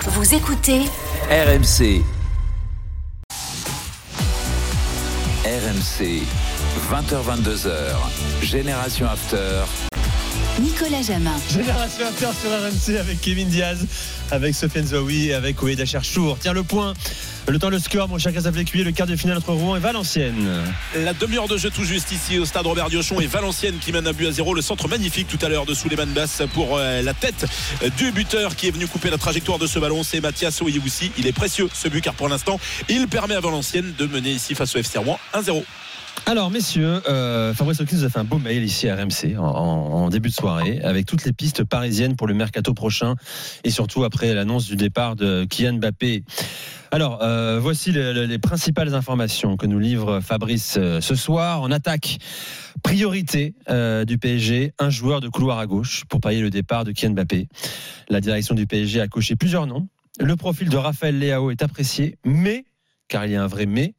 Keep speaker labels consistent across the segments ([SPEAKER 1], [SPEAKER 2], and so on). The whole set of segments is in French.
[SPEAKER 1] Vous écoutez
[SPEAKER 2] RMC. RMC, 20h22h, Génération After.
[SPEAKER 1] Nicolas Jamin.
[SPEAKER 3] Génération After sur RMC avec Kevin Diaz, avec Sofiane Zawi et avec Oeda Cherchour. Tiens le point. Le temps, le score, mon cher Casablanca, le quart de finale entre Rouen et Valenciennes.
[SPEAKER 4] La demi-heure de jeu tout juste ici au stade Robert Diochon et Valenciennes qui mène un but à zéro. Le centre magnifique tout à l'heure de Souleymane Bass pour euh, la tête du buteur qui est venu couper la trajectoire de ce ballon. C'est Mathias Oyewoussi. Il est précieux ce but car pour l'instant il permet à Valenciennes de mener ici face au FC Rouen 1-0.
[SPEAKER 3] Alors, messieurs, euh, Fabrice Hawkins nous a fait un beau mail ici à RMC en, en- en début de soirée avec toutes les pistes parisiennes pour le mercato prochain et surtout après l'annonce du départ de Kylian Mbappé. Alors, euh, voici le- le- les principales informations que nous livre Fabrice euh, ce soir. En attaque, priorité euh, du PSG, un joueur de couloir à gauche pour payer le départ de Kylian Mbappé. La direction du PSG a coché plusieurs noms. Le profil de Raphaël Leao est apprécié, mais, car il y a un vrai mais,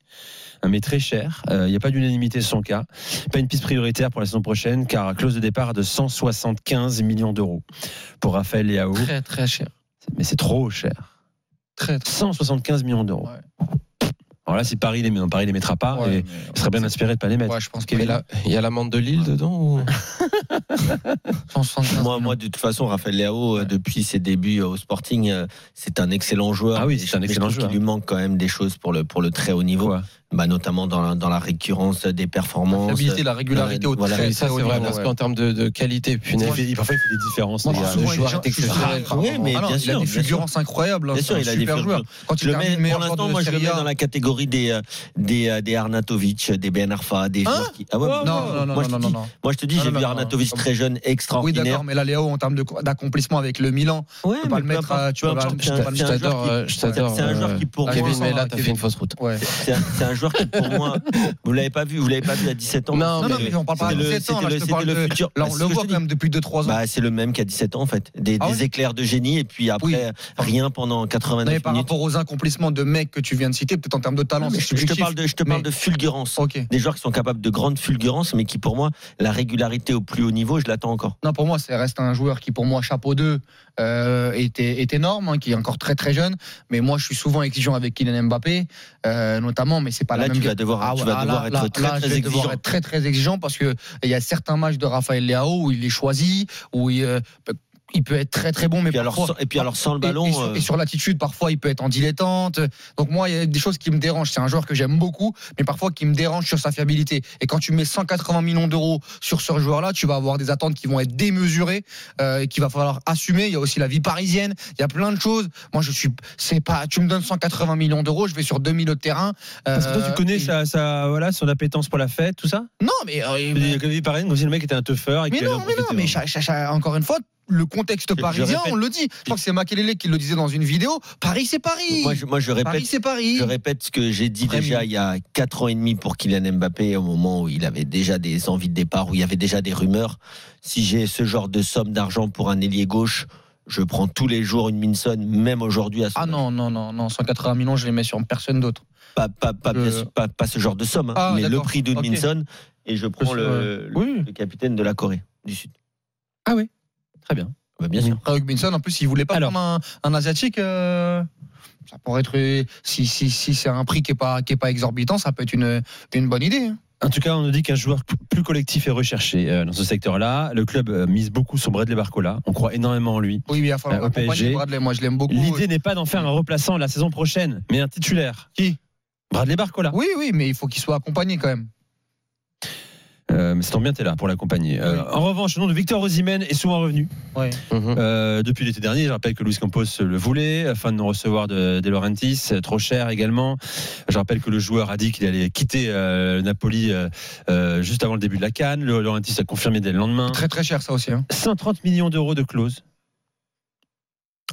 [SPEAKER 3] un mais très cher. Euh, Il n'y a pas d'unanimité sur son cas. Pas une piste prioritaire pour la saison prochaine, car clause de départ de 175 millions d'euros pour Raphaël Leao.
[SPEAKER 5] Très très cher.
[SPEAKER 3] Mais c'est trop cher.
[SPEAKER 5] Très, très
[SPEAKER 3] 175 millions d'euros. Alors là, si Paris les met, non, Paris les mettra pas,
[SPEAKER 5] Ouais,
[SPEAKER 3] et
[SPEAKER 5] mais-
[SPEAKER 3] il serait bien inspiré de pas les mettre.
[SPEAKER 5] Ouais, je pense qu'il y a la- il y a l'amende de Lille dedans ou 175
[SPEAKER 6] Moi, moi, de toute façon, Raphaël Léao, euh, depuis ses débuts euh, au Sporting, euh, c'est un excellent joueur.
[SPEAKER 3] Ah oui,
[SPEAKER 6] Mais
[SPEAKER 3] c'est
[SPEAKER 6] je-
[SPEAKER 3] un
[SPEAKER 6] mais je
[SPEAKER 3] excellent
[SPEAKER 6] trouve qu'il
[SPEAKER 3] joueur.
[SPEAKER 6] lui manque quand même des choses pour le, pour le très haut niveau,
[SPEAKER 3] Quoi
[SPEAKER 6] bah, notamment dans la, dans la récurrence des
[SPEAKER 5] La
[SPEAKER 6] performances.
[SPEAKER 5] stabilité, la régularité au
[SPEAKER 6] Voilà,
[SPEAKER 5] très,
[SPEAKER 6] oui,
[SPEAKER 5] ça c'est vrai parce qu'en termes de, de qualité
[SPEAKER 3] il
[SPEAKER 5] punaise.
[SPEAKER 3] fait, il- parfois, il fait des différences.
[SPEAKER 5] Moi,
[SPEAKER 3] les
[SPEAKER 5] je
[SPEAKER 3] gars.
[SPEAKER 5] trouve souvent,
[SPEAKER 3] Le
[SPEAKER 5] il
[SPEAKER 3] joueur-
[SPEAKER 5] est exceptionnel.
[SPEAKER 6] Ah, oui, mais
[SPEAKER 5] Ah non, il
[SPEAKER 6] bien
[SPEAKER 5] a
[SPEAKER 6] sûr,
[SPEAKER 5] des
[SPEAKER 6] bien sûr.
[SPEAKER 5] fulgurances incroyables. hein,
[SPEAKER 6] Bien
[SPEAKER 5] c'est
[SPEAKER 6] sûr,
[SPEAKER 5] un
[SPEAKER 6] il a des
[SPEAKER 5] super joueur.
[SPEAKER 6] fulgurances.
[SPEAKER 5] Quand il
[SPEAKER 6] Je le
[SPEAKER 5] termine
[SPEAKER 6] mets,
[SPEAKER 5] meilleur
[SPEAKER 6] pour
[SPEAKER 5] joueur
[SPEAKER 6] l'instant,
[SPEAKER 5] de
[SPEAKER 6] moi, je le
[SPEAKER 5] Serie
[SPEAKER 6] mets
[SPEAKER 5] A.
[SPEAKER 6] dans la catégorie des, euh, des, euh, des Arnatovic, des Ben Arfa, des joueurs qui- Ah ouais,
[SPEAKER 5] Hein Oh, Non, non, non,
[SPEAKER 6] moi,
[SPEAKER 5] non,
[SPEAKER 6] je te
[SPEAKER 5] non,
[SPEAKER 6] dis-
[SPEAKER 5] non.
[SPEAKER 6] Moi, je te dis,
[SPEAKER 5] Non,
[SPEAKER 6] j'ai
[SPEAKER 5] non,
[SPEAKER 6] vu
[SPEAKER 5] non,
[SPEAKER 6] Arnatovic
[SPEAKER 5] non.
[SPEAKER 6] très jeune,
[SPEAKER 5] Oui,
[SPEAKER 6] extraordinaire.
[SPEAKER 5] d'accord, mais là, Léo, en termes de- d'accomplissement avec le Milan,
[SPEAKER 6] Ouais,
[SPEAKER 5] peux pas
[SPEAKER 6] mais
[SPEAKER 5] le
[SPEAKER 6] peu
[SPEAKER 5] mettre,
[SPEAKER 6] importe,
[SPEAKER 5] euh, tu
[SPEAKER 6] peu
[SPEAKER 5] peux pas-
[SPEAKER 6] importe,
[SPEAKER 5] tu
[SPEAKER 6] c'est
[SPEAKER 5] peux
[SPEAKER 6] un-
[SPEAKER 5] pas le
[SPEAKER 6] c'est un
[SPEAKER 5] mettre.
[SPEAKER 6] joueur qui-
[SPEAKER 5] J'adore, je t'adore,
[SPEAKER 6] C'est un joueur qui, pour moi,
[SPEAKER 5] Kevin, mais là, t'as fait
[SPEAKER 6] Kevin.
[SPEAKER 5] une fausse route. Ouais.
[SPEAKER 6] C'est un, c'est un joueur qui, pour moi, vous l'avez pas vu, vous l'avez pas vu à 17 ans.
[SPEAKER 5] Non,
[SPEAKER 6] C'était
[SPEAKER 5] non,
[SPEAKER 6] le-
[SPEAKER 5] mais on parle pas
[SPEAKER 6] c'était
[SPEAKER 5] de
[SPEAKER 6] le-
[SPEAKER 5] 17 ans,
[SPEAKER 6] c'était
[SPEAKER 5] là, je
[SPEAKER 6] le-
[SPEAKER 5] te
[SPEAKER 6] c'était
[SPEAKER 5] parle
[SPEAKER 6] le
[SPEAKER 5] de-
[SPEAKER 6] futur.
[SPEAKER 5] Là,
[SPEAKER 6] Bah,
[SPEAKER 5] on
[SPEAKER 6] c'est
[SPEAKER 5] le
[SPEAKER 6] ce
[SPEAKER 5] voit
[SPEAKER 6] que je
[SPEAKER 5] quand
[SPEAKER 6] te dis.
[SPEAKER 5] même depuis 2-3 ans.
[SPEAKER 6] Bah, c'est le même qu'à 17 ans, en fait. Des,
[SPEAKER 5] Ah
[SPEAKER 6] des
[SPEAKER 5] oui.
[SPEAKER 6] éclairs de génie, et puis après, rien pendant
[SPEAKER 5] Non,
[SPEAKER 6] 89
[SPEAKER 5] mais par
[SPEAKER 6] minutes.
[SPEAKER 5] rapport aux accomplissements de mecs que tu viens de citer, peut-être en termes de talent,
[SPEAKER 6] Mais
[SPEAKER 5] c'est
[SPEAKER 6] je, je te
[SPEAKER 5] subjectif.
[SPEAKER 6] parle de, je te parle
[SPEAKER 5] Mais-
[SPEAKER 6] de fulgurance.
[SPEAKER 5] Ok.
[SPEAKER 6] Des joueurs qui sont capables de grandes fulgurances, mais qui, pour moi, la régularité au plus haut niveau, je l'attends encore.
[SPEAKER 5] Non, pour moi, c'est reste un joueur qui, pour moi, chapeau 2 euh, est, est énorme, hein, qui est encore très très jeune. Mais moi, je suis souvent exigeant avec Kylian Mbappé, euh, notamment, mais c'est pas
[SPEAKER 6] Là,
[SPEAKER 5] la
[SPEAKER 6] tu
[SPEAKER 5] même
[SPEAKER 6] vas devoir,
[SPEAKER 5] Ah
[SPEAKER 6] tu
[SPEAKER 5] ouais,
[SPEAKER 6] vas
[SPEAKER 5] ah,
[SPEAKER 6] devoir
[SPEAKER 5] là,
[SPEAKER 6] être
[SPEAKER 5] là,
[SPEAKER 6] très,
[SPEAKER 5] là, je
[SPEAKER 6] très
[SPEAKER 5] vais devoir
[SPEAKER 6] exigeant.
[SPEAKER 5] être très très exigeant parce que euh, il y a certains matchs de Raphaël Leao où il est choisi, où il, euh, il peut être très très bon, mais
[SPEAKER 6] Et puis, alors,
[SPEAKER 5] parfois-
[SPEAKER 6] sans, et puis alors, sans le
[SPEAKER 5] et-
[SPEAKER 6] ballon.
[SPEAKER 5] Et, sur,
[SPEAKER 6] euh,
[SPEAKER 5] et sur l'attitude, parfois, il peut être en dilettante. Donc, moi, il y a des choses qui me dérangent. C'est un joueur que j'aime beaucoup, mais parfois qui me dérange sur sa fiabilité. Et quand tu mets 180 millions d'euros sur ce joueur-là, tu vas avoir des attentes qui vont être démesurées euh, et qu'il va falloir assumer. Il y a aussi la vie parisienne. Il y a plein de choses. Moi, je suis. C'est pas. Tu me donnes 180 millions d'euros, je vais sur 2000 autres terrains.
[SPEAKER 3] Parce que toi, tu
[SPEAKER 5] Euh,
[SPEAKER 3] connais
[SPEAKER 5] et-
[SPEAKER 3] sa, sa- voilà, son appétence pour la fête, tout ça
[SPEAKER 5] Non, mais. euh,
[SPEAKER 3] Il y a Comme pareil, comme si le mec était un teufeur. et
[SPEAKER 5] mais
[SPEAKER 3] qu'il allait
[SPEAKER 5] non,
[SPEAKER 3] en
[SPEAKER 5] mais non,
[SPEAKER 3] profiter,
[SPEAKER 5] mais
[SPEAKER 3] hein.
[SPEAKER 5] cha- cha- cha- encore une fois, le contexte
[SPEAKER 6] je
[SPEAKER 5] parisien,
[SPEAKER 6] répète-
[SPEAKER 5] on le dit. Je crois que c'est Makelele qui le disait dans une vidéo. Paris, c'est Paris.
[SPEAKER 6] Moi, je, moi, je
[SPEAKER 5] Paris,
[SPEAKER 6] répète
[SPEAKER 5] c'est Paris.
[SPEAKER 6] Je répète ce que j'ai dit
[SPEAKER 5] Très
[SPEAKER 6] déjà
[SPEAKER 5] bien.
[SPEAKER 6] il y a 4 ans et demi pour Kylian Mbappé, au moment où il avait déjà des envies de départ, où il y avait déjà des rumeurs. Si j'ai ce genre de somme d'argent pour un ailier gauche, je prends tous les jours une Minson, même aujourd'hui à son
[SPEAKER 5] Ah non, non, non, non, 180 millions, je les mets sur personne d'autre.
[SPEAKER 6] Pas, pas, pas, bien
[SPEAKER 5] Euh.
[SPEAKER 6] sûr, pas- pas ce genre de somme, hein,
[SPEAKER 5] Ah,
[SPEAKER 6] mais le
[SPEAKER 5] d'accord.
[SPEAKER 6] prix d'une
[SPEAKER 5] Ok.
[SPEAKER 6] Minson, et je prends le, le-
[SPEAKER 3] Oui,
[SPEAKER 6] le capitaine de la Corée du Sud.
[SPEAKER 3] Ah oui. Très bien.
[SPEAKER 6] Bah, bien sûr.
[SPEAKER 5] Après, Hugminson, en plus, il voulait pas
[SPEAKER 3] Alors.
[SPEAKER 5] prendre un, un asiatique. euh, ça pourrait être. euh, Si, si, si c'est un prix qui est pas, qui est pas exorbitant, ça peut être une, une bonne idée. hein.
[SPEAKER 3] En tout cas, on nous dit qu'un joueur p- plus collectif est recherché euh, dans ce secteur-là. Le club euh, mise beaucoup sur Bradley Barcola. On croit énormément en lui.
[SPEAKER 5] Oui, mais il va falloir
[SPEAKER 3] Bah, au
[SPEAKER 5] accompagner
[SPEAKER 3] PSG,
[SPEAKER 5] Bradley. Moi, je l'aime beaucoup.
[SPEAKER 3] L'idée n'est pas d'en faire un remplaçant la saison prochaine, mais un titulaire.
[SPEAKER 5] Qui
[SPEAKER 3] Bradley Barcola.
[SPEAKER 5] Oui, oui, mais il faut qu'il soit accompagné quand même.
[SPEAKER 3] Euh, mais c'est tant bien, t'es là pour l'accompagner. Euh,
[SPEAKER 5] Oui. Hum.
[SPEAKER 3] En revanche, le nom de Victor Osimhen est souvent revenu
[SPEAKER 5] Ouais.
[SPEAKER 6] Mhm.
[SPEAKER 3] Euh, depuis l'été dernier. Je rappelle que Luis Campos le voulait afin de non recevoir de, De Laurentiis, euh, trop cher également. Je rappelle que le joueur a dit qu'il allait quitter euh, Napoli euh, euh, juste avant le début de la Cannes. Le Laurentiis a confirmé dès le lendemain.
[SPEAKER 5] Très, très cher, ça aussi. hein.
[SPEAKER 3] 130 millions d'euros de clause.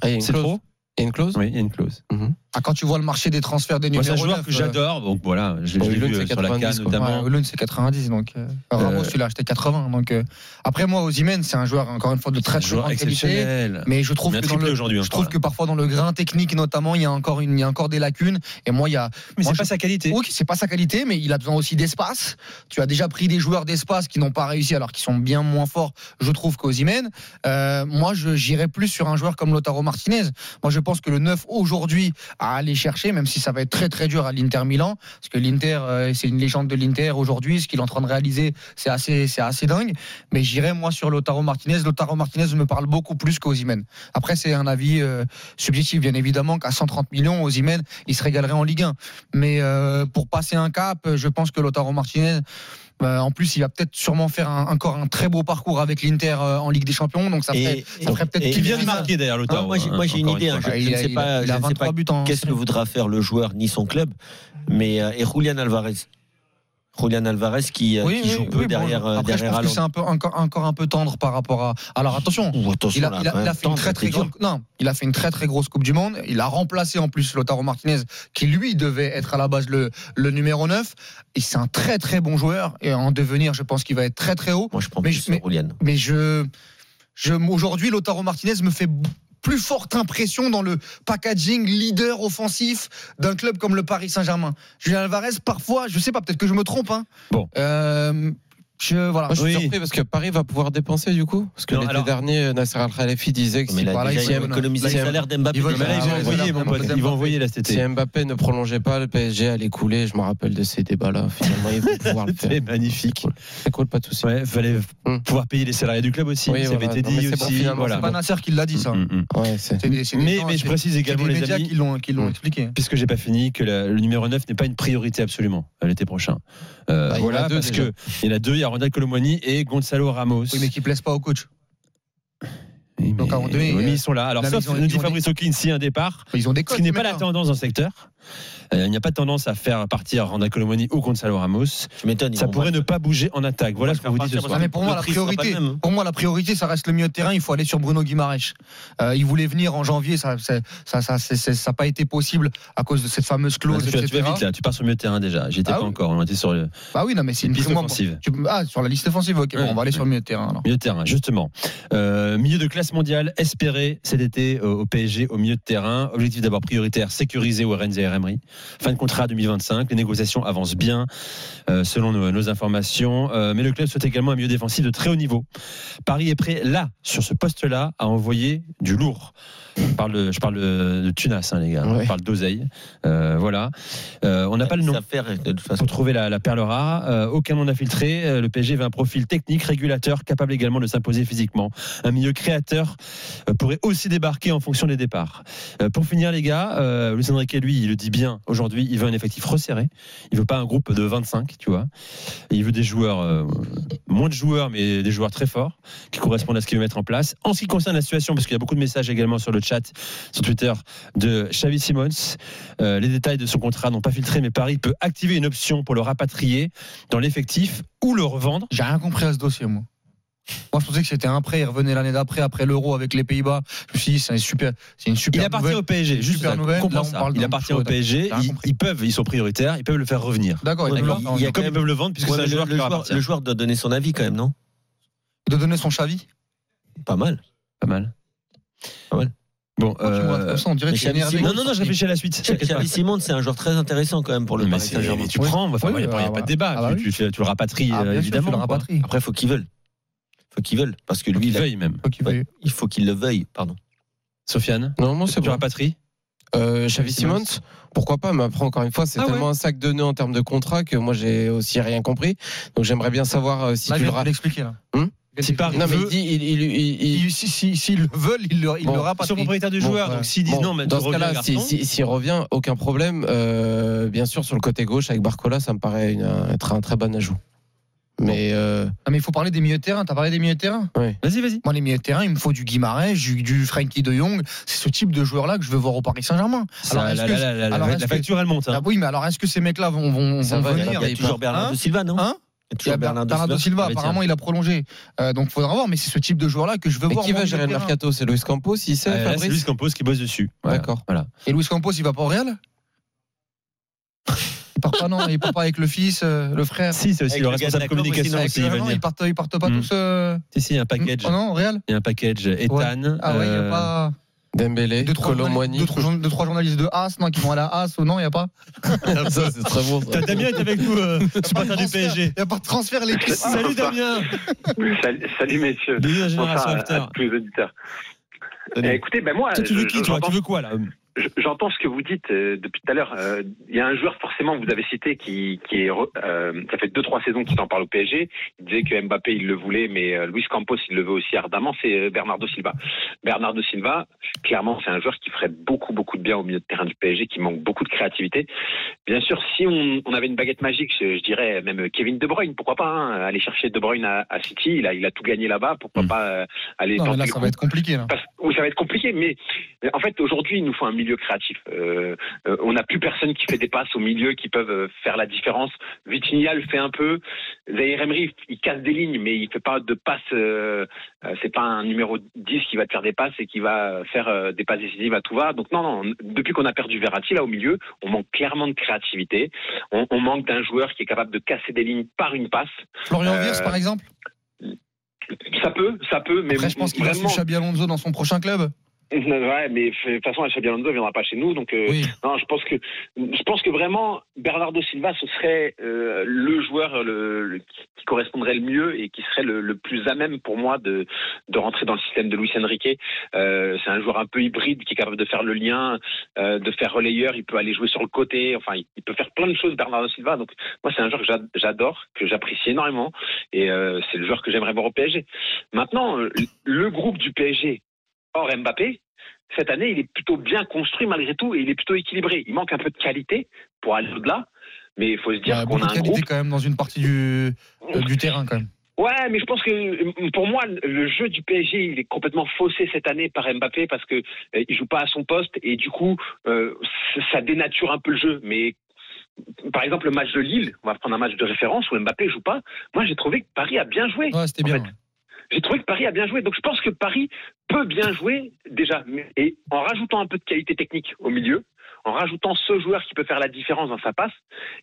[SPEAKER 3] C'est trop
[SPEAKER 7] Ah, Il y a une clause
[SPEAKER 3] Oui, il y a une clause.
[SPEAKER 5] Ah, quand tu vois le marché des transferts des
[SPEAKER 3] Moi,
[SPEAKER 5] numéros.
[SPEAKER 3] c'est un joueur que
[SPEAKER 5] 9, euh,
[SPEAKER 3] j'adore. Donc voilà, je l'ai
[SPEAKER 7] Bon,
[SPEAKER 3] je l'ai
[SPEAKER 7] Hulot,
[SPEAKER 3] vu euh,
[SPEAKER 7] c'est
[SPEAKER 3] sur la
[SPEAKER 7] 90,
[SPEAKER 3] Cannes
[SPEAKER 7] quoi.
[SPEAKER 3] notamment.
[SPEAKER 5] Ouais, Hollande, c'est 90 donc euh, Ramos
[SPEAKER 3] Euh,
[SPEAKER 5] celui-là acheté 80 donc euh, après moi Osimhen c'est un joueur encore une fois de très très
[SPEAKER 3] Joueur
[SPEAKER 5] grande qualité
[SPEAKER 3] exceptionnel.
[SPEAKER 5] mais je
[SPEAKER 3] Il
[SPEAKER 5] trouve
[SPEAKER 3] a
[SPEAKER 5] que dans
[SPEAKER 3] triplé
[SPEAKER 5] le,
[SPEAKER 3] aujourd'hui. hein,
[SPEAKER 5] Je trouve
[SPEAKER 3] crois.
[SPEAKER 5] que parfois dans le grain technique notamment, il y a encore une, il y a encore des lacunes. Et moi, il y a,
[SPEAKER 3] Mais
[SPEAKER 5] moi,
[SPEAKER 3] c'est
[SPEAKER 5] je-
[SPEAKER 3] pas sa qualité.
[SPEAKER 5] ok, c'est pas sa qualité, mais il a besoin aussi d'espace. Tu as déjà pris des joueurs d'espace qui n'ont pas réussi, alors qu'ils sont bien moins forts, je trouve, qu'Ozimène. Euh, moi, je- j'irais plus sur un joueur comme Lautaro Martinez. Moi, je pense que le 9 aujourd'hui à aller chercher, même si ça va être très très dur à l'Inter Milan, parce que l'Inter, euh, c'est une légende de l'Inter aujourd'hui, ce qu'il est en train de réaliser, c'est assez, c'est assez dingue. Mais j'irai moi sur Lotaro Martinez. Lotaro Martinez me parle beaucoup plus qu'Ozimène. Après, c'est un avis euh, subjectif, bien évidemment, qu'à 130 millions, Ozimène, il se régalerait en Ligue 1. Mais euh, pour passer un cap, je pense que Lotaro Martinez. euh, en plus, il va peut-être sûrement faire un- encore un très beau parcours avec l'Inter euh, en Ligue des Champions, donc ça ferait
[SPEAKER 6] Et-
[SPEAKER 5] ça ferait peut-être
[SPEAKER 6] et-
[SPEAKER 3] Qui vient de
[SPEAKER 5] Martinez.
[SPEAKER 3] marquer d'ailleurs l'auteur.
[SPEAKER 6] Ah, moi, j'ai- moi, j'ai une idée, hein,
[SPEAKER 5] Bah,
[SPEAKER 6] je-
[SPEAKER 5] il
[SPEAKER 6] ne
[SPEAKER 5] a-
[SPEAKER 6] sais
[SPEAKER 5] il
[SPEAKER 6] pas-
[SPEAKER 5] a- il
[SPEAKER 6] je
[SPEAKER 5] a
[SPEAKER 6] ne sais
[SPEAKER 5] 23
[SPEAKER 6] pas
[SPEAKER 5] buts en
[SPEAKER 6] Qu'est-ce que voudra faire le joueur ni son club Mais euh, et Julian Alvarez. Julian Alvarez qui, euh, qui joue peu
[SPEAKER 5] bon,
[SPEAKER 6] derrière euh,
[SPEAKER 5] après, je
[SPEAKER 6] derrière
[SPEAKER 5] pense que c'est
[SPEAKER 6] Haaland.
[SPEAKER 5] un peu encore, encore un peu tendre par rapport à. Alors attention.
[SPEAKER 6] Ouh, attention,
[SPEAKER 5] Il a,
[SPEAKER 6] là,
[SPEAKER 5] il a-
[SPEAKER 6] quand même,
[SPEAKER 5] il a fait
[SPEAKER 6] tant,
[SPEAKER 5] une très très
[SPEAKER 6] c'était dur.
[SPEAKER 5] grande, non, il a fait une très très grosse Coupe du Monde. Il a remplacé en plus Lautaro Martinez, qui lui devait être à la base le, le numéro 9. Et c'est un très très bon joueur. Et en devenir, je pense qu'il va être très très haut.
[SPEAKER 6] Moi, je prends
[SPEAKER 5] Mais
[SPEAKER 6] plus
[SPEAKER 5] je- mais-
[SPEAKER 6] Julian.
[SPEAKER 5] Mais je, je aujourd'hui, Lautaro Martinez me fait b- plus forte impression dans le packaging leader offensif d'un club comme le Paris Saint-Germain. Julien Alvarez, parfois, je sais pas, peut-être que je me trompe. Hein.
[SPEAKER 3] Bon.
[SPEAKER 5] Euh, je voilà.
[SPEAKER 7] Moi, je suis
[SPEAKER 3] Ah, Oui.
[SPEAKER 7] surpris parce que Paris va pouvoir dépenser du coup. Parce que
[SPEAKER 3] Non,
[SPEAKER 7] l'été
[SPEAKER 3] alors-
[SPEAKER 7] dernier, Nasser Al-Khalifi disait que
[SPEAKER 6] Mais
[SPEAKER 7] si,
[SPEAKER 6] là,
[SPEAKER 5] voilà,
[SPEAKER 6] déjà,
[SPEAKER 5] ils
[SPEAKER 6] il
[SPEAKER 5] veulent-
[SPEAKER 6] va économiser
[SPEAKER 5] là, hein. ils
[SPEAKER 6] le salaire d'Mbappé.
[SPEAKER 5] ils veulent-
[SPEAKER 6] quand
[SPEAKER 3] Mais là,
[SPEAKER 6] même.
[SPEAKER 3] ils vont
[SPEAKER 5] Ah,
[SPEAKER 3] envoyer,
[SPEAKER 5] voilà,
[SPEAKER 3] mon pote.
[SPEAKER 5] Mbappé.
[SPEAKER 3] Ils vont envoyer là cet
[SPEAKER 7] si
[SPEAKER 3] été.
[SPEAKER 7] Mbappé ne prolongeait pas, le PSG allait couler. Je me rappelle de ces débats-là. Finalement, ils vont pouvoir le faire.
[SPEAKER 3] C'est magnifique.
[SPEAKER 7] C'est cool, pas de souci.
[SPEAKER 3] Ouais, fallait
[SPEAKER 7] Hum.
[SPEAKER 3] pouvoir payer les salariés du club aussi.
[SPEAKER 7] Oui,
[SPEAKER 3] ça
[SPEAKER 7] voilà.
[SPEAKER 3] avait été
[SPEAKER 7] Non, mais
[SPEAKER 3] dit
[SPEAKER 7] c'est bon,
[SPEAKER 3] aussi.
[SPEAKER 7] finalement,
[SPEAKER 3] voilà.
[SPEAKER 5] C'est pas Nasser qui l'a dit ça.
[SPEAKER 3] Hum, hum.
[SPEAKER 7] Ouais, c'est-
[SPEAKER 5] C'est des- c'est des
[SPEAKER 3] Mais,
[SPEAKER 5] gens-
[SPEAKER 3] mais je
[SPEAKER 5] c'est-
[SPEAKER 3] précise
[SPEAKER 5] c'est des
[SPEAKER 3] également, les
[SPEAKER 5] médias
[SPEAKER 3] amis,
[SPEAKER 5] qui l'ont qui l'ont
[SPEAKER 7] Mm.
[SPEAKER 5] expliqué.
[SPEAKER 3] puisque j'ai pas fini, que la- le numéro 9 n'est pas une priorité absolument à l'été prochain. Euh,
[SPEAKER 7] Bah, il y en a
[SPEAKER 3] voilà,
[SPEAKER 7] deux
[SPEAKER 3] parce
[SPEAKER 7] déjà.
[SPEAKER 3] que il y en a deux, il y a Ronald Colomwani et Gonzalo Ramos.
[SPEAKER 5] Oui, mais qui plaisent pas au coach.
[SPEAKER 3] Oui,
[SPEAKER 5] Donc,
[SPEAKER 3] mais-
[SPEAKER 5] à un moment donné,
[SPEAKER 3] oui, mais
[SPEAKER 5] euh,
[SPEAKER 3] ils sont là. Alors,
[SPEAKER 5] là,
[SPEAKER 3] sauf,
[SPEAKER 5] ils ont-
[SPEAKER 3] nous
[SPEAKER 5] ils
[SPEAKER 3] dit
[SPEAKER 5] ont
[SPEAKER 3] Fabrice Hawkins, s'il y a un départ,
[SPEAKER 5] Ils ont des
[SPEAKER 3] ce
[SPEAKER 5] codes.
[SPEAKER 3] qui n'est
[SPEAKER 5] les
[SPEAKER 3] pas la
[SPEAKER 5] mecs, hein.
[SPEAKER 3] tendance dans le secteur. Euh, il n'y a pas de tendance à faire partir Ronald Colomwani ou Gonzalo Ramos.
[SPEAKER 6] Tu m'étonnes. ils
[SPEAKER 3] Ça
[SPEAKER 6] vont
[SPEAKER 3] pourrait
[SPEAKER 6] pas-
[SPEAKER 3] ne pas bouger en attaque. Voilà
[SPEAKER 6] va
[SPEAKER 3] ce
[SPEAKER 6] le
[SPEAKER 3] qu'on
[SPEAKER 6] faire
[SPEAKER 3] vous dit
[SPEAKER 6] partir
[SPEAKER 3] ce
[SPEAKER 6] parce
[SPEAKER 3] soir.
[SPEAKER 5] Non, mais pour moi,
[SPEAKER 6] Le
[SPEAKER 5] la
[SPEAKER 6] prix sera pas
[SPEAKER 5] priorité,
[SPEAKER 6] le même, hein.
[SPEAKER 5] pour moi, la priorité, ça reste le milieu de terrain. Il faut aller sur Bruno Guimaraes. Euh, il voulait venir en janvier, ça, c'est- ça, ça, c'est- c'est- ça n'a pas été possible à cause de cette fameuse clause,
[SPEAKER 3] tu, vas- tu vas
[SPEAKER 5] etc.
[SPEAKER 3] vite là, tu pars sur le milieu de terrain déjà. J'étais
[SPEAKER 5] Ah
[SPEAKER 3] pas
[SPEAKER 5] oui.
[SPEAKER 3] encore, on était sur le
[SPEAKER 5] Bah oui, non, mais c'est une
[SPEAKER 3] piste
[SPEAKER 5] pour moi,
[SPEAKER 3] offensive.
[SPEAKER 5] tu- ah, sur la liste offensive, ok, bon,
[SPEAKER 3] Ouais.
[SPEAKER 5] on va aller sur le milieu de terrain. Alors.
[SPEAKER 3] Milieu de terrain, justement. Euh, milieu de classe mondiale espéré cet été euh, au au PSG au milieu de terrain. Objectif d'abord prioritaire, sécuriser Warren et Emery. Fin de contrat 2025. Les négociations avancent bien euh, selon nos, nos informations. Euh, mais le club souhaite également un milieu défensif de très haut niveau. Paris est prêt là, sur ce poste-là, à envoyer du lourd. Je parle de, je parle de, de Tunas, hein, les gars.
[SPEAKER 7] Ouais.
[SPEAKER 3] Je parle d'oseille. Euh, voilà. Euh, on n'a pas le nom
[SPEAKER 6] Ça faire, de toute façon.
[SPEAKER 3] pour trouver la, la perle rare. Euh, aucun nom n'a filtré. Euh, le PSG avait un profil technique, régulateur, capable également de s'imposer physiquement. Un milieu créateur euh, pourrait aussi débarquer en fonction des départs. Euh, pour finir, les gars, euh, Lucien Riquet, lui, il le dit bien aujourd'hui, il veut un effectif resserré. Il veut pas un groupe de 25, tu vois. Il veut des joueurs, euh, moins de joueurs, mais des joueurs très forts, qui correspondent à ce qu'il veut mettre en place. En ce qui concerne la situation, parce qu'il y a beaucoup de messages également sur le chat, sur Twitter, de Xavi Simons, euh, les détails de son contrat n'ont pas filtré, mais Paris peut activer une option pour le rapatrier dans l'effectif ou le revendre.
[SPEAKER 5] J'ai rien compris à ce dossier, moi. Moi, je pensais que c'était un prêt. Il revenait l'année d'après, après l'euro avec les Pays-Bas. Je me suis dit, c'est super, c'est une super.
[SPEAKER 3] Il appartient
[SPEAKER 5] nouvelle.
[SPEAKER 3] au PSG, juste
[SPEAKER 5] Super
[SPEAKER 3] ça,
[SPEAKER 5] nouvelle,
[SPEAKER 3] comprends
[SPEAKER 5] là, on
[SPEAKER 3] ça.
[SPEAKER 5] parle
[SPEAKER 3] Il
[SPEAKER 5] d'un
[SPEAKER 3] appartient
[SPEAKER 5] show,
[SPEAKER 3] au PSG,
[SPEAKER 5] t'as rien
[SPEAKER 3] ils,
[SPEAKER 5] compris.
[SPEAKER 3] ils peuvent, ils sont prioritaires, ils peuvent le faire revenir.
[SPEAKER 5] D'accord, il
[SPEAKER 6] Ouais,
[SPEAKER 5] doit
[SPEAKER 6] mais
[SPEAKER 5] leur-
[SPEAKER 6] il y a
[SPEAKER 5] il
[SPEAKER 6] quand
[SPEAKER 3] Comme ils
[SPEAKER 6] même-
[SPEAKER 3] peuvent le vendre, puisque
[SPEAKER 6] Ouais,
[SPEAKER 3] c'est
[SPEAKER 6] mais
[SPEAKER 3] un joueur qui
[SPEAKER 6] le,
[SPEAKER 3] leur
[SPEAKER 6] joueur,
[SPEAKER 3] appartient.
[SPEAKER 6] le joueur doit donner son avis quand même, non
[SPEAKER 5] doit donner son chavis.
[SPEAKER 6] Pas mal.
[SPEAKER 3] Pas mal.
[SPEAKER 6] Pas mal.
[SPEAKER 3] Bon,
[SPEAKER 5] Quand tu me regardes
[SPEAKER 3] euh,
[SPEAKER 5] comme ça, on dirait
[SPEAKER 6] mais
[SPEAKER 5] que tu es
[SPEAKER 6] Xavi
[SPEAKER 5] énervé.
[SPEAKER 6] Simons-
[SPEAKER 3] non, non, non, je
[SPEAKER 5] Ah,
[SPEAKER 3] réfléchis à la suite. t'inquiète pas.
[SPEAKER 6] Xavi Simon, c'est un joueur très intéressant quand même pour le
[SPEAKER 3] Mais
[SPEAKER 6] Paris
[SPEAKER 3] c'est-
[SPEAKER 6] Saint-Germain.
[SPEAKER 3] tu
[SPEAKER 5] Oui.
[SPEAKER 3] prends, enfin,
[SPEAKER 5] Oui,
[SPEAKER 3] il n'y a pas,
[SPEAKER 5] bah,
[SPEAKER 3] y a pas de
[SPEAKER 5] bah,
[SPEAKER 3] débat.
[SPEAKER 5] ah, bah
[SPEAKER 3] tu,
[SPEAKER 5] oui.
[SPEAKER 3] tu fais- tu le rapatries,
[SPEAKER 5] Ah,
[SPEAKER 3] euh,
[SPEAKER 5] bien sûr,
[SPEAKER 3] évidemment.
[SPEAKER 5] tu le
[SPEAKER 3] quoi.
[SPEAKER 5] rapatries.
[SPEAKER 6] Après, faut qu'il veuille. Faut qu'il veuille. Parce que
[SPEAKER 3] Lui,
[SPEAKER 6] lui,
[SPEAKER 3] il
[SPEAKER 6] il, a-
[SPEAKER 3] veuille même.
[SPEAKER 5] Faut qu'il
[SPEAKER 6] Ouais.
[SPEAKER 5] veuille.
[SPEAKER 6] il faut qu'il le veuille. Pardon.
[SPEAKER 3] Sofiane,
[SPEAKER 7] Non, moi, c'est
[SPEAKER 3] tu
[SPEAKER 7] bon.
[SPEAKER 3] rapatries
[SPEAKER 7] Euh, Xavi Simons, pourquoi pas Mais après, encore une fois, c'est
[SPEAKER 3] Ah
[SPEAKER 7] tellement un sac de nœuds en termes de contrat que moi, j'ai aussi rien compris. Donc, j'aimerais bien savoir euh, si
[SPEAKER 3] Bah,
[SPEAKER 5] Là,
[SPEAKER 7] tu
[SPEAKER 5] je
[SPEAKER 7] le
[SPEAKER 5] vais
[SPEAKER 7] ra-
[SPEAKER 5] te l'expliquer, là. Je
[SPEAKER 7] Hum
[SPEAKER 5] vais te
[SPEAKER 3] Si Paris
[SPEAKER 5] l'expliquer.
[SPEAKER 7] Non, mais
[SPEAKER 3] veut-
[SPEAKER 7] il dit, il, il, il- il-
[SPEAKER 5] S'ils si, si- s'ils le veulent, ils le, ils
[SPEAKER 7] Bon,
[SPEAKER 5] le
[SPEAKER 3] Ils sont
[SPEAKER 5] rapatrient.
[SPEAKER 3] propriétaires du
[SPEAKER 5] Bon,
[SPEAKER 3] joueur,
[SPEAKER 5] ouais.
[SPEAKER 3] donc s'ils disent
[SPEAKER 7] Bon,
[SPEAKER 3] non, mais tu
[SPEAKER 7] dans ce
[SPEAKER 3] reviens,
[SPEAKER 7] cas-là,
[SPEAKER 3] garçon.
[SPEAKER 7] si- si- s'il revient, aucun problème. Euh, bien sûr, sur le côté gauche, avec Barcola, ça me paraît une- un- être un très bon ajout. Mais euh,
[SPEAKER 5] Ah, mais il faut parler des milieux de terrain. T'as parlé des milieux de terrain
[SPEAKER 3] Vas-y, vas-y.
[SPEAKER 5] Moi, les milieux de terrain, il me faut du Guimarães, du, du Frankie de Jong. C'est ce type de joueur-là que je veux voir au Paris Saint-Germain.
[SPEAKER 3] Ça,
[SPEAKER 5] Alors, est-ce
[SPEAKER 3] la,
[SPEAKER 5] que-
[SPEAKER 3] la- la- la-
[SPEAKER 5] alors,
[SPEAKER 3] la
[SPEAKER 5] est-ce que-
[SPEAKER 3] facture, elle monte. hein.
[SPEAKER 5] Ah oui, mais alors est-ce que ces mecs-là vont, vont,
[SPEAKER 7] Ça
[SPEAKER 5] vont
[SPEAKER 7] va,
[SPEAKER 6] Il y a,
[SPEAKER 5] venir
[SPEAKER 6] il y a
[SPEAKER 7] il
[SPEAKER 6] toujours
[SPEAKER 7] part-
[SPEAKER 6] Bernardo
[SPEAKER 5] Hein
[SPEAKER 6] Silva,
[SPEAKER 5] Hein
[SPEAKER 6] non Il y a
[SPEAKER 5] Il y a
[SPEAKER 6] toujours Bernardo
[SPEAKER 5] Bernardo
[SPEAKER 6] Silva. Bah,
[SPEAKER 5] Silva,
[SPEAKER 3] Avec
[SPEAKER 5] apparemment, il a prolongé. Euh, donc, faudra voir. Mais c'est ce type de joueur-là que je veux
[SPEAKER 7] et
[SPEAKER 5] voir.
[SPEAKER 7] qui
[SPEAKER 5] moi,
[SPEAKER 7] va
[SPEAKER 5] au
[SPEAKER 7] gérer
[SPEAKER 5] milieu
[SPEAKER 7] le
[SPEAKER 5] de terrain.
[SPEAKER 7] mercato C'est Luis Campos, il sait,
[SPEAKER 3] Euh, là, c'est
[SPEAKER 7] Fabrice
[SPEAKER 3] Luis Campos qui bosse dessus. Voilà.
[SPEAKER 7] D'accord.
[SPEAKER 3] Voilà.
[SPEAKER 5] Et Luis Campos, il va pas au Real Il part pas, non. Il part pas avec le fils, euh, le frère.
[SPEAKER 3] Si, c'est aussi
[SPEAKER 6] Avec
[SPEAKER 3] le
[SPEAKER 6] le gars de
[SPEAKER 3] responsable
[SPEAKER 6] la com aussi,
[SPEAKER 3] communication
[SPEAKER 6] non,
[SPEAKER 3] aussi,
[SPEAKER 5] Avec le-
[SPEAKER 3] il va
[SPEAKER 5] non,
[SPEAKER 3] venir.
[SPEAKER 5] ils partent, ils partent pas
[SPEAKER 3] Mm.
[SPEAKER 5] tous. euh,
[SPEAKER 3] Si, si, il y a un package.
[SPEAKER 5] Oh non, au Real
[SPEAKER 3] Il y a un package Ethan.
[SPEAKER 5] Ah ouais, il n'y
[SPEAKER 3] euh,
[SPEAKER 5] a pas.
[SPEAKER 7] Dembélé,
[SPEAKER 5] Deux, trois, journalistes-
[SPEAKER 7] Colomboigny.
[SPEAKER 5] deux, trois journa- deux, trois journalistes de Haas, non, qui vont à la Haas ou non, il n'y a pas.
[SPEAKER 7] ça, c'est très bon. ça.
[SPEAKER 3] T'as- Damien est avec nous, euh, supporter du
[SPEAKER 5] transfert.
[SPEAKER 3] PSG.
[SPEAKER 5] Il n'y a pas de transfert, les Ah. gars.
[SPEAKER 3] Salut Damien
[SPEAKER 8] Salut, salut, messieurs.
[SPEAKER 3] Ah, Bienvenue à
[SPEAKER 8] Bonsoir
[SPEAKER 3] Génération
[SPEAKER 8] à, à
[SPEAKER 3] After.
[SPEAKER 8] tous les auditeurs. Eh, écoutez, ben moi,
[SPEAKER 3] Toi, tu veux qui,
[SPEAKER 8] je-
[SPEAKER 3] toi Tu
[SPEAKER 8] j'entends-
[SPEAKER 3] veux quoi, là
[SPEAKER 8] je- j'entends ce que vous dites euh, depuis tout à l'heure. Euh, Il y a un joueur forcément que vous avez cité qui, qui est, re- euh, ça fait deux trois saisons qu'il en parle au PSG. Il disait que Mbappé il le voulait, mais euh, Luis Campos il le veut aussi ardemment. C'est euh, Bernardo Silva. Bernardo Silva, clairement, c'est un joueur qui ferait beaucoup beaucoup de bien au milieu de terrain du PSG, qui manque beaucoup de créativité. Bien sûr, si on, on avait une baguette magique, je, je dirais même Kevin De Bruyne, pourquoi pas hein, aller chercher De Bruyne à, à City. Il a, il a tout gagné là-bas, pourquoi
[SPEAKER 3] Mm.
[SPEAKER 8] pas euh,
[SPEAKER 5] Hmm.
[SPEAKER 8] aller
[SPEAKER 5] Non, mais
[SPEAKER 8] tenter
[SPEAKER 5] là,
[SPEAKER 8] le
[SPEAKER 5] ça
[SPEAKER 8] coup
[SPEAKER 5] va être compliqué. Là.
[SPEAKER 8] parce- oui, ça va être compliqué, mais mais en fait, aujourd'hui, il nous faut un milieu créatif. Euh, euh, on n'a plus personne qui fait des passes au milieu, qui peuvent euh, faire la différence. Vitinha le fait un peu. Zahir Emery, il casse des lignes, mais il fait pas de passes. Euh, euh, c'est pas un numéro 10 qui va te faire des passes et qui va faire euh, des passes décisives à tout va. Donc non, non. Depuis qu'on a perdu Verratti là au milieu, on manque clairement de créativité. On, on manque d'un joueur qui est capable de casser des lignes par une passe.
[SPEAKER 5] Florian
[SPEAKER 8] Euh,
[SPEAKER 5] Wirtz, par exemple.
[SPEAKER 8] Ça peut, ça peut, mais
[SPEAKER 5] Après, je pense qu'il va
[SPEAKER 8] vraiment.
[SPEAKER 5] suivre Xabi Alonso dans son prochain club.
[SPEAKER 8] Ouais, mais de toute façon, Xabi Alonso viendra pas chez nous, donc. euh,
[SPEAKER 5] Oui.
[SPEAKER 8] Non, je pense que je pense que vraiment Bernardo Silva ce serait euh, le joueur le, le- qui qui correspondrait le mieux et qui serait le, le plus à même pour moi de de rentrer dans le système de Luis Enrique. Euh, c'est un joueur un peu hybride qui est capable de faire le lien, euh, de faire relayeur. Il peut aller jouer sur le côté. Enfin, il, il peut faire plein de choses Bernardo Silva. Donc moi, c'est un joueur que j'a- j'adore, que j'apprécie énormément et euh, c'est le joueur que j'aimerais voir au PSG. Maintenant, euh, le groupe du PSG hors Mbappé cette année, il est plutôt bien construit malgré tout et il est plutôt équilibré. Il manque un peu de qualité pour aller au-delà, mais il faut se
[SPEAKER 5] Il y
[SPEAKER 8] dire
[SPEAKER 5] a
[SPEAKER 8] qu'on
[SPEAKER 5] Bah, beaucoup
[SPEAKER 8] a
[SPEAKER 5] de
[SPEAKER 8] un
[SPEAKER 5] qualité
[SPEAKER 8] groupe.
[SPEAKER 5] quand même dans une partie du, euh, du terrain quand même.
[SPEAKER 8] Ouais, mais je pense que euh, pour moi, le jeu du PSG, il est complètement faussé cette année par Mbappé parce que euh, il joue pas à son poste et du coup, euh, c- ça dénature un peu le jeu. Mais par exemple, le match de Lille, on va prendre un match de référence où Mbappé joue pas. Moi, j'ai trouvé que Paris a bien joué.
[SPEAKER 5] Ouais, c'était
[SPEAKER 8] En
[SPEAKER 5] bien.
[SPEAKER 8] fait, J'ai trouvé que Paris a bien joué. Donc je pense que Paris peut bien jouer déjà. Mais- Et en rajoutant un peu de qualité technique au milieu, en rajoutant ce joueur qui peut faire la différence dans sa passe,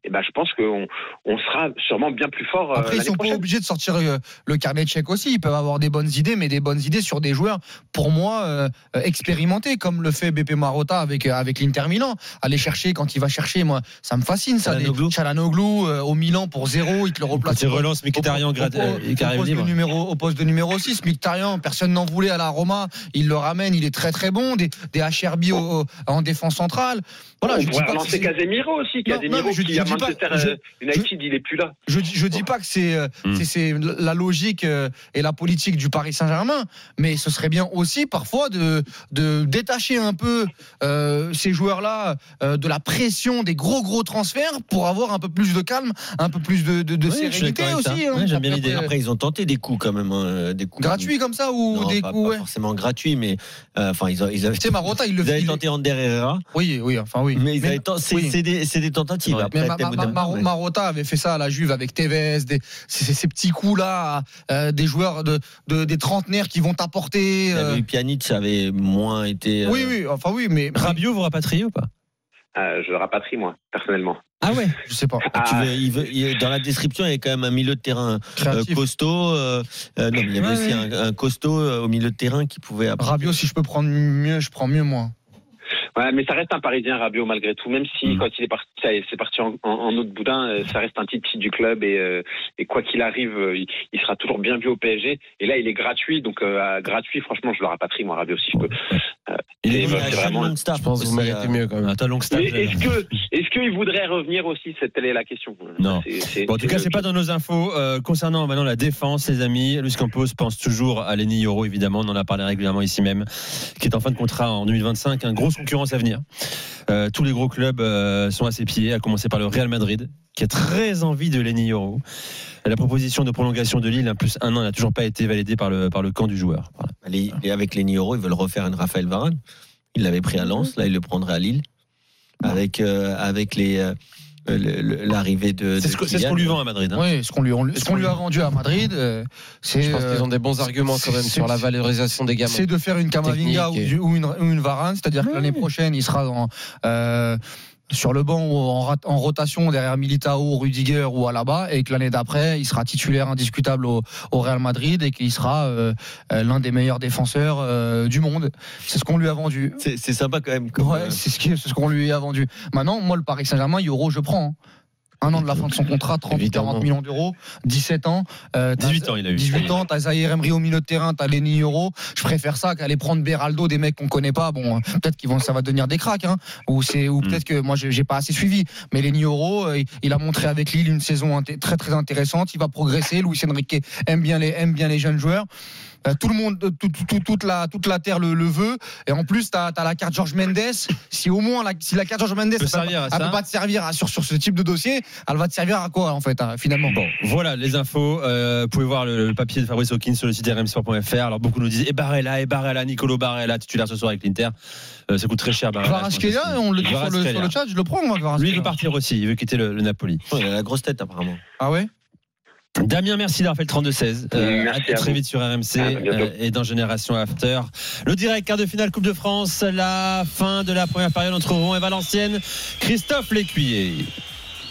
[SPEAKER 8] eh ben, je pense qu'on on sera sûrement bien plus fort. euh,
[SPEAKER 5] Après, ils
[SPEAKER 8] l'année
[SPEAKER 5] sont pas
[SPEAKER 8] prochaine.
[SPEAKER 5] obligés de sortir euh, le carnet de chèques aussi. Ils peuvent avoir des bonnes idées, mais des bonnes idées sur des joueurs, pour moi, euh, euh, expérimentés, comme le fait BP Marotta avec, euh, avec l'Inter Milan. Aller chercher quand il va chercher, moi, ça me fascine, ça. des-
[SPEAKER 3] Çalhanoğlu.
[SPEAKER 5] Çalhanoğlu euh, au Milan pour zéro, il te le replace.
[SPEAKER 3] Quand il relance
[SPEAKER 5] Au-
[SPEAKER 3] Mkhitaryan
[SPEAKER 5] au-
[SPEAKER 3] grade-
[SPEAKER 5] au-
[SPEAKER 3] euh, qui
[SPEAKER 5] au
[SPEAKER 3] arrive
[SPEAKER 5] poste de
[SPEAKER 3] libre.
[SPEAKER 5] numéro, au poste de numéro 6, Mkhitaryan, personne n'en voulait à la Roma, il le ramène, il est très très bon, des, des HRB au- au- en défense centrale. Voilà,
[SPEAKER 8] on
[SPEAKER 5] je dis
[SPEAKER 8] pourrait
[SPEAKER 5] pas que
[SPEAKER 8] relancer
[SPEAKER 5] c'est-
[SPEAKER 8] Casemiro aussi.
[SPEAKER 5] Non,
[SPEAKER 8] Casemiro
[SPEAKER 5] non, mais je-
[SPEAKER 8] qui
[SPEAKER 5] je
[SPEAKER 8] à
[SPEAKER 5] dis pas-
[SPEAKER 8] Manchester
[SPEAKER 5] je-
[SPEAKER 8] euh, United, il est plus là.
[SPEAKER 5] je, dis- je dis pas que c'est euh,
[SPEAKER 6] Hmm.
[SPEAKER 3] Mm.
[SPEAKER 5] c'est- c'est la logique euh, et la politique du Paris Saint-Germain, mais ce serait bien aussi parfois de, de détacher un peu euh, ces joueurs-là euh, de la pression des gros gros transferts pour avoir un peu plus de calme, un peu plus de, de, de
[SPEAKER 3] Oui, je suis
[SPEAKER 5] sérénité
[SPEAKER 3] d'accord avec
[SPEAKER 5] aussi.
[SPEAKER 3] ça.
[SPEAKER 5] hein.
[SPEAKER 3] Ouais, j'aime
[SPEAKER 5] Ça
[SPEAKER 3] bien
[SPEAKER 5] peut
[SPEAKER 3] l'idée.
[SPEAKER 5] être, euh,
[SPEAKER 6] Après, ils ont tenté des coups quand même, hein, des coups
[SPEAKER 5] gratuits comme ça ou
[SPEAKER 6] Non,
[SPEAKER 5] des
[SPEAKER 6] pas,
[SPEAKER 5] coups.
[SPEAKER 6] pas
[SPEAKER 5] ouais.
[SPEAKER 6] forcément gratuits, mais euh, enfin ils, ont- ils avaient,
[SPEAKER 5] Tu sais, Marotta, il le
[SPEAKER 6] ils avaient
[SPEAKER 5] fait. il-
[SPEAKER 6] tenté Ander Herrera,
[SPEAKER 5] Oui, oui, enfin oui.
[SPEAKER 6] mais ils
[SPEAKER 5] Mais-
[SPEAKER 6] avaient tenté- c'est
[SPEAKER 5] oui.
[SPEAKER 6] c'est des, c'est des tentatives.
[SPEAKER 3] Mais
[SPEAKER 6] Après,
[SPEAKER 5] Mais Ma- Ma-
[SPEAKER 6] Théodore,
[SPEAKER 5] Ma- Maro-
[SPEAKER 6] ouais.
[SPEAKER 5] Marotta avait fait ça à la Juve avec Tevez, des, ces, ces petits coups-là, euh, des joueurs de, de- des trentenaires qui vont t'apporter.
[SPEAKER 6] Il y
[SPEAKER 5] euh,
[SPEAKER 6] avait eu Pjanic, ça avait moins été. euh,
[SPEAKER 5] Oui, oui, enfin oui, mais
[SPEAKER 3] Rabiot, vous rapatriez ou pas
[SPEAKER 8] Euh, je le rapatrie, moi, personnellement.
[SPEAKER 3] Ah ouais
[SPEAKER 5] je sais
[SPEAKER 7] Euh,
[SPEAKER 5] pas.
[SPEAKER 6] tu
[SPEAKER 8] Ah,
[SPEAKER 6] veux- il veut- il- dans la description, il y a quand même un milieu de terrain euh,
[SPEAKER 5] Créatif.
[SPEAKER 6] costaud. euh, euh, non, mais il y avait
[SPEAKER 3] Ouais,
[SPEAKER 6] aussi
[SPEAKER 3] ouais.
[SPEAKER 6] Un, un costaud euh, au milieu de terrain qui pouvait. apporter-
[SPEAKER 5] Rabiot, si je peux prendre mieux, je prends mieux moi.
[SPEAKER 8] ouais, mais ça reste un Parisien, Rabiot, malgré tout. Même si,
[SPEAKER 5] Mhm.
[SPEAKER 3] Mm.
[SPEAKER 8] quand il est parti, ça y est, c'est parti en, en, en autre boudin, euh, ça reste un titre du club et, euh, et quoi qu'il arrive, euh, il, il sera toujours bien vu au PSG. Et là, il est gratuit, donc euh, à- gratuit, franchement, je le rapatrie, moi, Rabiot, si je peux.
[SPEAKER 6] Il
[SPEAKER 8] Et
[SPEAKER 6] est
[SPEAKER 8] bah,
[SPEAKER 6] venu à
[SPEAKER 8] c'est vraiment-
[SPEAKER 6] Shannon Star,
[SPEAKER 7] Je pense que vous
[SPEAKER 6] aussi, euh,
[SPEAKER 7] méritez mieux quand même.
[SPEAKER 3] Ah, t'as long stage.
[SPEAKER 8] Mais est-ce que, est-ce qu'il voudrait revenir aussi Cette telle est la question.
[SPEAKER 3] Non.
[SPEAKER 8] C'est- c'est-
[SPEAKER 3] Bon, en tout cas, c'est pas dans nos infos. Euh, concernant maintenant la défense, les amis, Luis Campos pense toujours à Lenny Yoro, évidemment. On en a parlé régulièrement ici même, qui est en fin de contrat en 2025. Une grosse concurrence à venir. Euh, tous les gros clubs euh, sont à ses pieds, à commencer par le Real Madrid, qui a très envie de Lenny Yoro. La proposition de prolongation de Lille, un plus un an, n'a toujours pas été validée par le, par le camp du joueur. Voilà.
[SPEAKER 6] les- les- avec les Nioro, ils veulent refaire une Raphaël Varane. Il l'avait pris à Lens, là, il le prendrait à Lille. Avec, euh, avec les. euh, le- le- L'arrivée de.
[SPEAKER 3] C'est
[SPEAKER 6] de
[SPEAKER 3] ce que- c'est ce
[SPEAKER 6] Kylian.
[SPEAKER 3] qu'on lui vend à Madrid. hein.
[SPEAKER 5] Oui, ce qu'on lui, on- ce qu'on lui a vendu à Madrid, euh, c'est euh,
[SPEAKER 7] Je pense qu'ils ont des
[SPEAKER 3] euh,
[SPEAKER 7] bons arguments quand même
[SPEAKER 5] c'est-
[SPEAKER 7] sur la valorisation des gamins.
[SPEAKER 5] c'est de faire une Camavinga ou,
[SPEAKER 7] Technique et-
[SPEAKER 5] du- ou une, ou une Varane, c'est-à-dire que l'année prochaine, il sera en, euh, sur le banc ou en, rat- en rotation derrière Militao, Rudiger ou Alaba, et que l'année d'après, il sera titulaire indiscutable au, au Real Madrid et qu'il sera euh, euh, l'un des meilleurs défenseurs euh, du monde. C'est ce qu'on lui a vendu.
[SPEAKER 6] C'est c'est sympa quand même. comme,
[SPEAKER 5] Ouais,
[SPEAKER 6] euh,
[SPEAKER 5] c'est ce qui- c'est ce qu'on lui a vendu. Maintenant, moi, le Paris Saint-Germain, Euro, je prends. hein. un an de la fin de son contrat, 30,
[SPEAKER 7] Évidemment.
[SPEAKER 5] 40 millions d'euros, 17 ans. euh, t'as-
[SPEAKER 3] 18 ans, il a eu.
[SPEAKER 5] 18 ans, t'as Zahir Emery au milieu de terrain, t'as Lenny Euro. Je préfère ça qu'aller prendre Beraldo, des mecs qu'on connaît pas. Bon, euh, peut-être qu'ils vont, ça va devenir des cracks, hein. Ou c'est, ou
[SPEAKER 3] Mm.
[SPEAKER 5] peut-être que moi j'ai j'ai pas assez suivi. Mais Lenny Euro, euh, il a montré avec Lille une saison inté- très très intéressante. Il va progresser. Luis Enrique aime bien les, aime bien les jeunes joueurs. Euh, Tout le monde, euh, tout- tout- tout- toute, la, toute la terre le, le veut. Et en plus, t'as as la carte George Mendes. Si au moins, la, si la carte George Mendes,
[SPEAKER 3] Peut
[SPEAKER 5] elle peut-
[SPEAKER 3] servir à
[SPEAKER 5] elle
[SPEAKER 3] ça.
[SPEAKER 5] peut pas te servir à- sur, sur ce type de dossier, elle va te servir à quoi en fait, hein, finalement
[SPEAKER 3] Bon, voilà les infos. Euh, vous pouvez voir le, le papier de Fabrice Hawkins sur le site rmsport.fr. Alors beaucoup nous disent et Barella, et Barella, Nicolo Barella, titulaire ce soir avec l'Inter. Euh, ça coûte très cher. Barella.
[SPEAKER 5] Kvaratskhelia, on le dit sur le,
[SPEAKER 3] Kvaratskhelia.
[SPEAKER 5] sur le chat, je le prends,
[SPEAKER 3] Lui,
[SPEAKER 5] moi,
[SPEAKER 3] il
[SPEAKER 5] Kvaratskhelia.
[SPEAKER 3] veut partir aussi. Il veut quitter le, le Napoli.
[SPEAKER 6] Oh, il a la grosse tête apparemment.
[SPEAKER 5] Ah ouais
[SPEAKER 3] Damien, merci d'avoir fait le 32-16.
[SPEAKER 8] Merci
[SPEAKER 3] à
[SPEAKER 8] à
[SPEAKER 3] très
[SPEAKER 8] vous.
[SPEAKER 3] vite sur RMC
[SPEAKER 8] À bientôt.
[SPEAKER 3] euh, et dans Génération After. Le direct, quart de finale Coupe de France, la fin de la première période entre Rouen et Valenciennes. Christophe Lécuyer.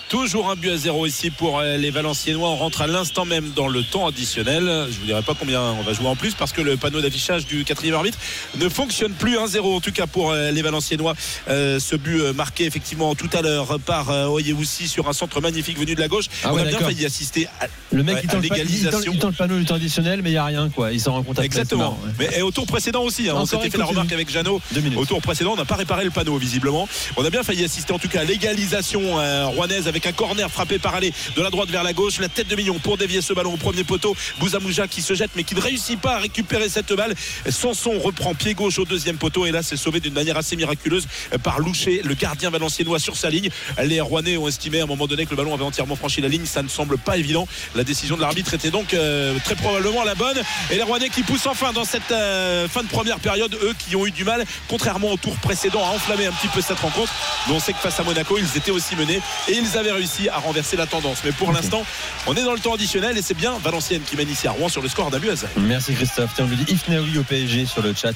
[SPEAKER 4] Toujours un but à zéro ici pour euh, les Valenciennois. On rentre à l'instant même dans le temps additionnel. Je vous dirai pas combien on va jouer en plus parce que le panneau d'affichage du quatrième arbitre ne fonctionne plus. 1-0 en tout cas pour euh, les Valenciennois. Euh, ce but euh, marqué effectivement tout à l'heure par euh, Oyehoussi sur un centre magnifique venu de la gauche.
[SPEAKER 3] Ah
[SPEAKER 4] on
[SPEAKER 3] ouais,
[SPEAKER 4] a bien
[SPEAKER 3] d'accord.
[SPEAKER 4] failli assister à
[SPEAKER 3] Le mec
[SPEAKER 4] Ouais,
[SPEAKER 3] il, tend
[SPEAKER 4] à
[SPEAKER 3] le pa- il- il, tend,
[SPEAKER 4] l'égalisation.
[SPEAKER 3] il tend le panneau du temps additionnel, mais il n'y a rien quoi. Il s'en rend compte après,
[SPEAKER 4] Exactement.
[SPEAKER 3] c'est marrant, ouais.
[SPEAKER 4] Mais et au tour précédent aussi, hein, on
[SPEAKER 3] Encore
[SPEAKER 4] s'était
[SPEAKER 3] une
[SPEAKER 4] fait la
[SPEAKER 3] continue.
[SPEAKER 4] remarque avec Jeannot.
[SPEAKER 3] Deux minutes.
[SPEAKER 4] Au tour précédent, on n'a pas réparé le panneau visiblement. On a bien failli assister en tout cas à l'égalisation euh, rouennaise avec un corner frappé par aller de la droite vers la gauche. La tête de Mignon pour dévier ce ballon au premier poteau. Bouzamoujak qui se jette mais qui ne réussit pas à récupérer cette balle. Sanson reprend pied gauche au deuxième poteau et là c'est sauvé d'une manière assez miraculeuse euh, par Loucher, le gardien valenciennois sur sa ligne. Les Rouennais ont estimé à un moment donné que le ballon avait entièrement franchi la ligne. Ça ne semble pas évident. La décision de l'arbitre était donc euh, très probablement la bonne. Et les Rouennais qui poussent enfin dans cette euh, fin de première période, eux qui ont eu du mal, contrairement au tour précédent, à enflammer un petit peu cette rencontre. Mais on sait que face à Monaco, ils étaient aussi menés et ils avaient réussi à renverser la tendance. Mais pour l'instant, on est dans le temps additionnel et c'est bien Valenciennes qui mène ici à Rouen sur le score d'un but à zéro.
[SPEAKER 3] Merci Christophe. Tiens, on lui dit Ifnaoui au PSG sur le chat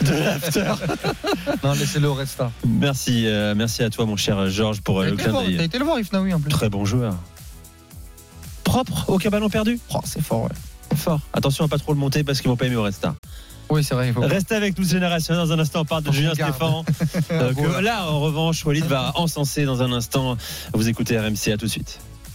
[SPEAKER 3] de l'after.
[SPEAKER 5] Non, laissez-le au Resta.
[SPEAKER 3] merci, euh, merci à toi mon cher Georges pour euh,
[SPEAKER 5] T'as
[SPEAKER 3] le
[SPEAKER 5] été le
[SPEAKER 3] clin
[SPEAKER 5] voir, t'as
[SPEAKER 3] d'œil.
[SPEAKER 5] été le voir, Ifnaoui, en plus.
[SPEAKER 3] Très bon joueur. Propre, aucun ballon perdu.
[SPEAKER 5] Oh, c'est fort, ouais.
[SPEAKER 3] Fort. Attention à pas trop le monter parce qu'ils vont pas aimer au Resta.
[SPEAKER 5] Oui, c'est vrai, il faut.
[SPEAKER 3] Restez avec nous Génération. Dans un instant, on parle de
[SPEAKER 5] On
[SPEAKER 3] Julien
[SPEAKER 5] regarde.
[SPEAKER 3] Stéphane. Euh, que- là, en revanche, Walid va encenser dans un instant. Vous écoutez RMC, à tout de suite.